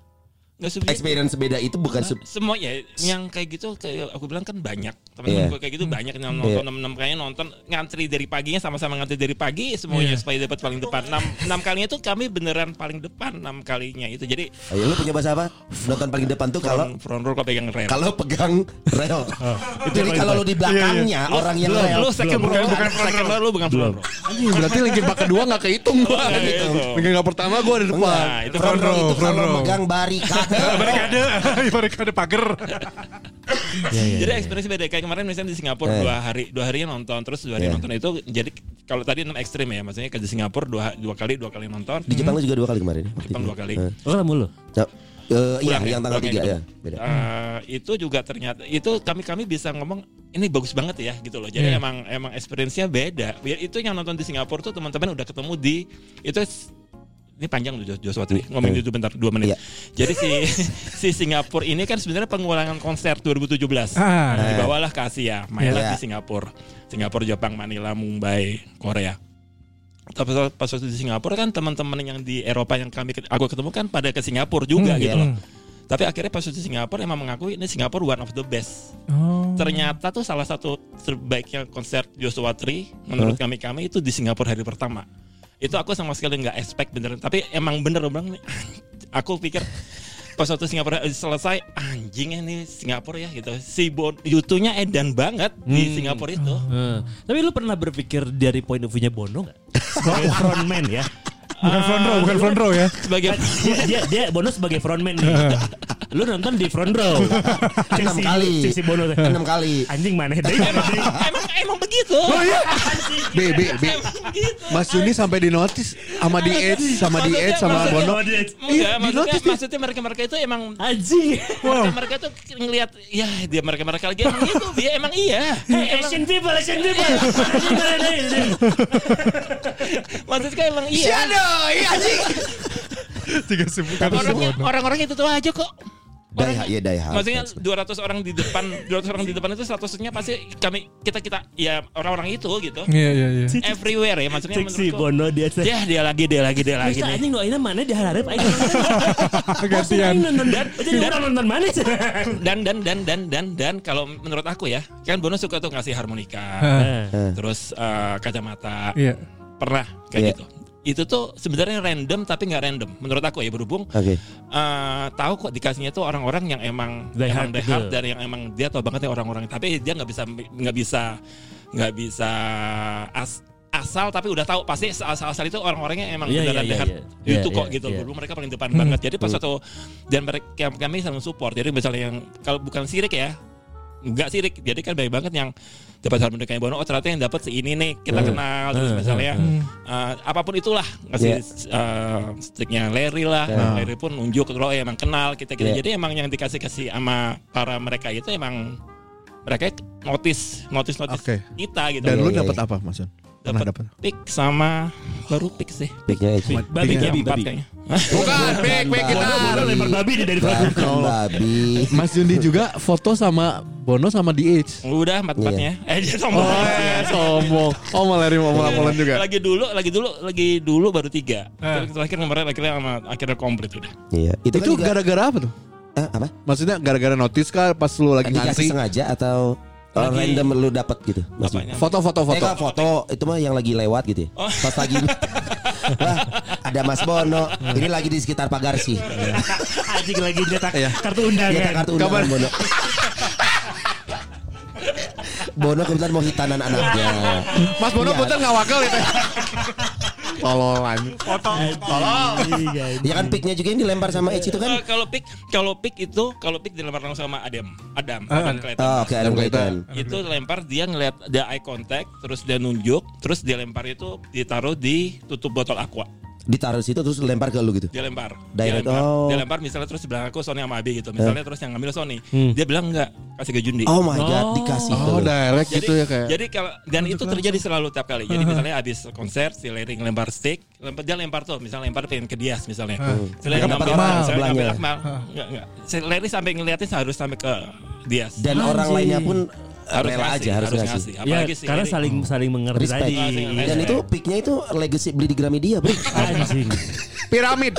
Nggak subjektif. Experience beda itu bukan sub semua ya yang kayak gitu kayak aku bilang kan banyak teman-teman Iya. gue kayak gitu banyak Iya. yang nonton enam kayaknya nonton ngantri dari paginya sama-sama ngantri dari pagi semuanya supaya dapat paling depan enam enam kalinya tuh kami beneran paling depan enam kalinya itu jadi Ayo Oh, iya, lu punya bahasa apa? Nonton paling depan tuh kalau front, front row kau pegang rel kalau pegang rel. Oh, Jadi kalau lu di belakangnya orang yang Iya, Nah, lu, rel. lu second row bukan second row lu bukan gitu. front row Anjing, berarti Linkin Park kedua gak kehitung gua. Iya, Nggak kehitung. Linkin Park pertama gua ada depan. nah itu Front row itu front kalau row. megang barikade. Barikade, barikade pagar. Iya, Jadi experience beda kayak kemarin misalnya di Singapura Eh. dua hari dua harinya nonton terus dua hari Iya. nonton itu jadi kalau tadi enam ekstrim ya maksudnya ke di Singapura dua dua kali dua kali nonton Hmm. Di Jepang lu juga dua kali kemarin. Jepang dua kali. Eh, Oh, mulu. Nah, eh, iya, Pulang ya, yang tanggal pulang tiga ya. ya. Beda. Eh, itu juga ternyata itu kami kami bisa ngomong ini bagus banget ya gitu loh. Iya. Jadi emang emang experience-nya beda. Ya, Itu yang nonton di Singapura tuh teman-teman udah ketemu di itu s- ini panjang loh Jos- Joshua tadi ngomong itu bentar dua menit. Iya. Jadi si si Singapura ini kan sebenarnya pengulangan konser 2017. Ah. Nah, dibawalah ke Asia, mainlah Iya. di Singapura. Singapura, Jepang, Manila, Mumbai, Korea. Tapi pas- pas waktu di Singapura kan teman-teman yang di Eropa yang kami ket- aku ketemu kan pada ke Singapura juga Hmm, gitu iya. loh. Tapi akhirnya pas di Singapura emang mengakui ini Singapura one of the best. Oh. Ternyata tuh salah satu terbaiknya konser Joshua Tree menurut kami kami itu di Singapura hari pertama. Itu aku sama sekali nggak expect beneran. Tapi emang bener bang. Aku pikir pas waktu Singapura eh, selesai anjingnya nih Singapura ya gitu. Si Bon Yutunya edan banget Hmm. di Singapura itu. Oh. Eh, tapi lu pernah berpikir dari point of view-nya Bono nggak? Sebagai frontman ya. Ah, Bukan front row, bukan front row ya. Sebagai Dia, dia, dia Bono sebagai frontman nih. Lu nonton di front row. Cek Ah, Enam si- kali. cek si ya. Bono. teh. Enam kali. Anjing mana deh. emang emang begitu. Oh, iya. B, B, B. Gitu. Mas Juni sampai di notice sama di AIDS, sama di AIDS, sama Maksudnya- Bono. Enggak, Iya, maksudnya, dinotis dia. maksudnya mereka-mereka itu emang Anjing. mereka mereka tuh ngelihat ya dia mereka-mereka lagi emang itu dia emang iya. Hey, Asian people, Asian people. Anjing mana deh, anjing. Maksudnya emang iya. iya anjing. Tiga sibuk Orangnya orang-orang itu tuh aja kok. Die Orang- hard, iya die hard. Maksudnya 200 orang di depan, 200 orang di depan itu statusnya pasti kami kita kita ya orang-orang itu gitu. Iya iya iya. Eh, Everywhere ya maksudnya Cek si menurutku. Bono dia teh. Ya dia lagi dia lagi dia lagi Bisa nih. anjing doainnya mana diharap aing. Gantian. Maksudnya aing nonton dan jadi orang nonton mana sih? Dan dan dan dan dan dan kalau menurut aku ya, kan Bono suka tuh ngasih harmonika, Hah. Eh. terus eh, kacamata. Iya. pernah kayak Iya. gitu itu tuh sebenarnya random tapi nggak random menurut aku ya berhubung Oke. eh, tahu kok dikasihnya tuh orang-orang yang emang Die emang hard, die hard betul. dan yang emang dia tau banget ya orang-orang tapi dia nggak bisa nggak bisa nggak bisa as- asal tapi udah tahu pasti asal-asal itu orang-orangnya emang Iya, iya, beneran die iya, hard iya. itu Iya, kok iya, gitu iya. Berhubung mereka paling depan banget jadi pas suatu dan mereka kami saling support jadi misalnya yang kalau bukan sirik ya nggak sirik jadi kan banyak banget yang dapat harmoni kayak bono oh ternyata yang dapat si ini nih kita kenal terus Hmm. misalnya Hmm. eh, apapun itulah ngasih eh, sticknya Larry lah Larry pun nunjuk kalau eh, emang kenal kita kita Yeah. jadi emang yang dikasih kasih sama para mereka itu emang mereka notice notice notice Oke. kita gitu Dan lu Iya, iya, dapat apa Mas Yon? Pernah dapat dapat? pick sama baru pick sih Picknya itu. Babi, babi, Picknya babi, empat babi. kayaknya Bukan, Big, Big Bono lempar babi nih dari belakang. Bukan babi. Mas Yundi juga foto sama Bono sama DH. udah empat empatnya eh dia sombong Oh, iya. eh, sombong. Oh, malah dari mau laporan juga. lagi dulu lagi dulu lagi dulu baru tiga Nah. Terus terakhir kemarin akhirnya sama akhirnya komplit udah Iya. Itu Itu, kan juga, gara-gara apa tuh? Ah, apa? Maksudnya gara-gara notice kah pas lu lagi Dikasih ngantri? sengaja atau oh, Lagi- random lu dapat gitu? maksudnya? Apanya? Foto-foto Foto. foto. foto itu mah yang lagi lewat gitu ya. Pas lagi Wah, ada Mas Bono. Ini lagi di sekitar pagar sih. Anjing lagi nyetak Iya. kartu Dia undangan. kartu undangan Kapan? Bono. Bono kebetulan mau hitanan anaknya. Mas Bono punten enggak wakil itu. Iya. Tololan. Anjing, anjing. Ya kan piknya juga yang dilempar sama Eci itu Eh, kan. kalau pick kalau pick itu kalau pick dilempar langsung sama Adam Adam Ah, Adam Adam. Clayton. Oh, oke Adam Clayton. itu lempar dia ngeliat ada eye contact terus dia nunjuk terus dia lempar itu ditaruh di tutup botol aqua Ditaruh situ terus lempar ke lu gitu. dia lempar dia Direct, Eh. lempar oh. dia lempar misalnya terus bilang aku Sony sama Abi gitu misalnya terus yang ngambil Sony dia bilang enggak kasih ke Jundi Oh my god, dikasih Oh, tuh. direct jadi, gitu ya kayak. jadi kalau dan itu terjadi selalu tiap kali. Jadi misalnya habis konser si Larry lempar stick, lempar dia lempar tuh, misalnya lempar pengen ke Dias misalnya. Si Larry Nggak ngambil dapat Akmal, Akmal misalnya ngambil sebelahnya. Akmal. Enggak, enggak. Si Larry sampai ngeliatin harus sampai ke Dias. Dan orang lainnya pun harus rela ngasih, aja harus ngasih. Ya, Apalagi si karena Larry. saling saling mengerti Respect. tadi. Dan itu piknya itu legacy beli di Gramedia, Bro. Anjing. Piramid.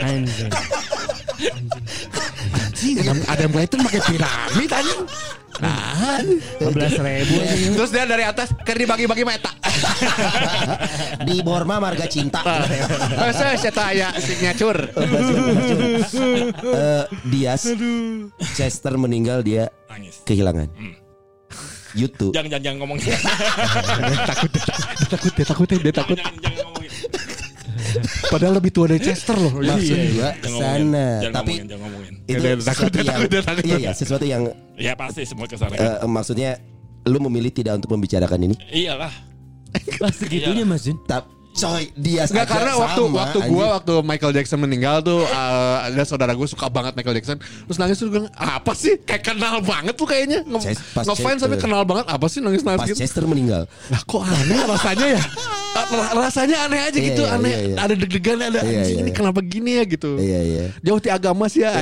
Anjing. Anjing, Adam, Adam Clayton pakai piramid anjing. Nah, 15 ribu terus dia dari atas kan dibagi-bagi meta. di Borma Marga Cinta. Ah. Gitu Masa saya tanya signature. ya. Eh, Dias Chester meninggal dia nangis. kehilangan. YouTube. Hmm. Jangan jangan jangan ngomong. Jangan Takut dia takut dia, dia takut. jangan jangan ngomong. Padahal lebih tua dari Chester loh. Maksud gua Jangan ngomongin, sana. Jangan Tapi ngomongin, jangan ngomongin. itu Dia takut, sesuatu dia yang takut, dia takut. iya, iya, sesuatu yang Ya pasti semua kesalahan. eh, maksudnya lu memilih tidak untuk membicarakan ini. Iyalah. Pas segitunya Mas Jun. Tapi coy, Dias Enggak aja karena sama, waktu waktu gua anjing. waktu Michael Jackson meninggal tuh eh, ada saudara gue suka banget Michael Jackson terus nangis tuh gue apa sih kayak kenal banget tuh kayaknya nge Ces- pas ngefans Chester. tapi kenal banget apa sih nangis nangis pas gitu Chester meninggal. lah kok aneh rasanya ya Eh, ra- rasanya aneh aja Iya, gitu iya, aneh iya, iya. ada deg-degan ada Iya, anjing iya, ini iya. kenapa gini ya gitu Iya, iya. jauh ti agama sih ya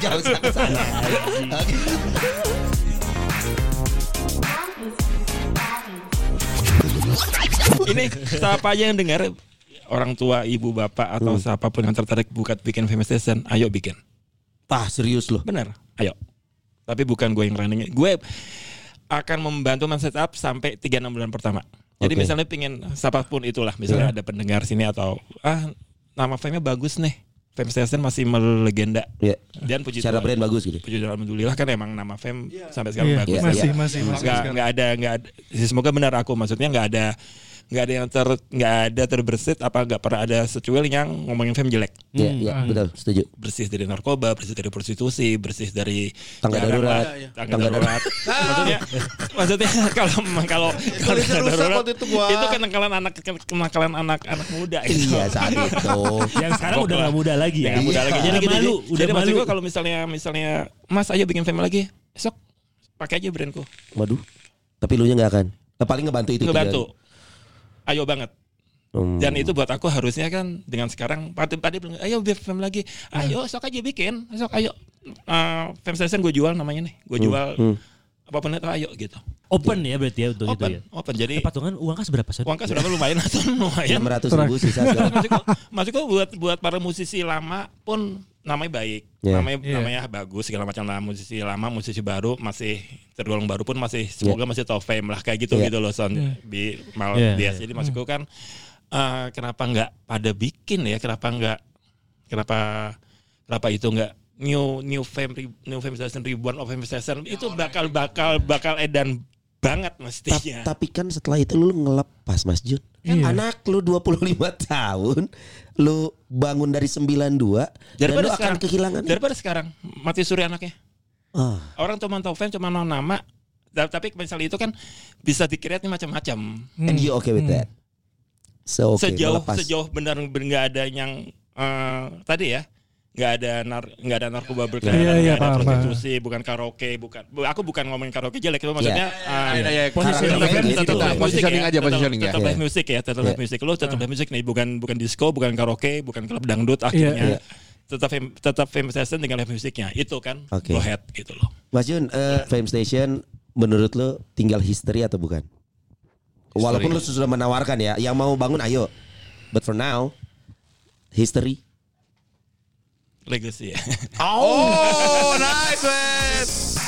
Jauh sana. sana. Oke. Ini siapa aja yang dengar Hmm. orang tua, ibu, bapak atau siapapun yang tertarik buka bikin famous station, ayo bikin. Tah, serius loh. Benar. Ayo. Tapi bukan gue yang runningnya. Gue akan membantu men-setup sampai 3 6 bulan pertama. Jadi Oke. misalnya pingin siapapun itulah, misalnya ada pendengar sini atau ah nama fame-nya bagus nih. Fame Station masih melegenda. Iya. Dan puji Cara Tuhan. brand bagus gitu. Puji Tuhan alhamdulillah kan emang nama fame sampai sekarang Iya, bagus. ya. Iya, masih iya. masih masih. Nggak nggak ada nggak ada- semoga benar aku maksudnya nggak ada nggak ada yang ter nggak ada terbersit apa nggak pernah ada secuil yang ngomongin fame jelek Iya, iya, Hmm, betul, setuju. bersih dari narkoba, bersih dari prostitusi, bersih dari Tangga jarang darurat. Iya, lah, tangga, Tangga darurat. maksudnya, maksudnya kalau kalau kalau Indonesia tangga rusak darurat waktu itu gua. itu kenakalan anak kenakalan anak anak muda. gitu. Iya, saat itu. Yang sekarang udah gak muda lagi ya. Nggak muda lagi. Jadi udah gitu, malu, jadi, udah jadi maksud malu. gua kalau misalnya misalnya Mas ayo bikin family lagi esok pakai aja brandku Waduh. Tapi lu nya nggak akan. Eh, Paling ngebantu itu. ngebantu. Ayo banget. Hmm. Dan itu buat aku harusnya kan dengan sekarang tadi tadi bilang ayo biar film lagi. Hmm. Ayo sok aja bikin. Sok ayo Eh, film session gue jual namanya nih. Hmm. Gue jual apapun itu ayo gitu. Open ya berarti ya untuk itu Open, ya. open. Jadi Eh, patungan uang kas berapa sih? uang kas berapa lumayan atau lumayan. 600 ribu sisa segala. Maksudku, maksudku buat buat para musisi lama pun namanya baik, Yeah. namanya Yeah. namanya bagus segala macam lah musisi lama, musisi baru masih tergolong baru pun masih Iya. semoga masih top fame lah kayak gitu Yeah. gitu loh son Yeah. di mal Yeah, dia. Jadi maksudku kan eh, kenapa nggak pada bikin ya? Kenapa nggak kenapa kenapa itu nggak new new fame ri- new fame station ribuan of fame station itu bakal bakal bakal edan banget Ta- mestinya. tapi kan setelah itu lu ngelepas Mas Jun. Kan Iya. anak lu 25 tahun, lu bangun dari 92 dan lu Daripada akan sekarang- kehilangan. Daripada sekarang mati suri anaknya. Ah, orang cuma tahu fans cuma tahu nama Da- tapi misalnya itu kan bisa dikreatif macam-macam and you okay with that? So okay, Hmm. sejauh ngelepas. sejauh benar benar nggak ada yang eh, tadi ya nggak ada nar nggak ada narkoba berkaitan Iya, iya, ada paham, prostitusi bukan karaoke bukan bu- aku bukan ngomongin karaoke jelek itu maksudnya eh, Iya, iya, Positioning aja tetap- tetap- gitu. tetap musik Positioning ya, aja, tetap- positioning ya. tetap Iya. live music ya tetap live music lo tetap live music nih bukan bukan disco bukan karaoke bukan klub dangdut Iya. akhirnya tetap fam- tetap famous session dengan live musiknya itu kan Oke. go ahead gitu loh Mas Jun, eh, Fame Station menurut lu tinggal history atau bukan? Walaupun lu sudah menawarkan ya, yang mau bangun ayo. But for now, history. legacy ya Oh, nice man.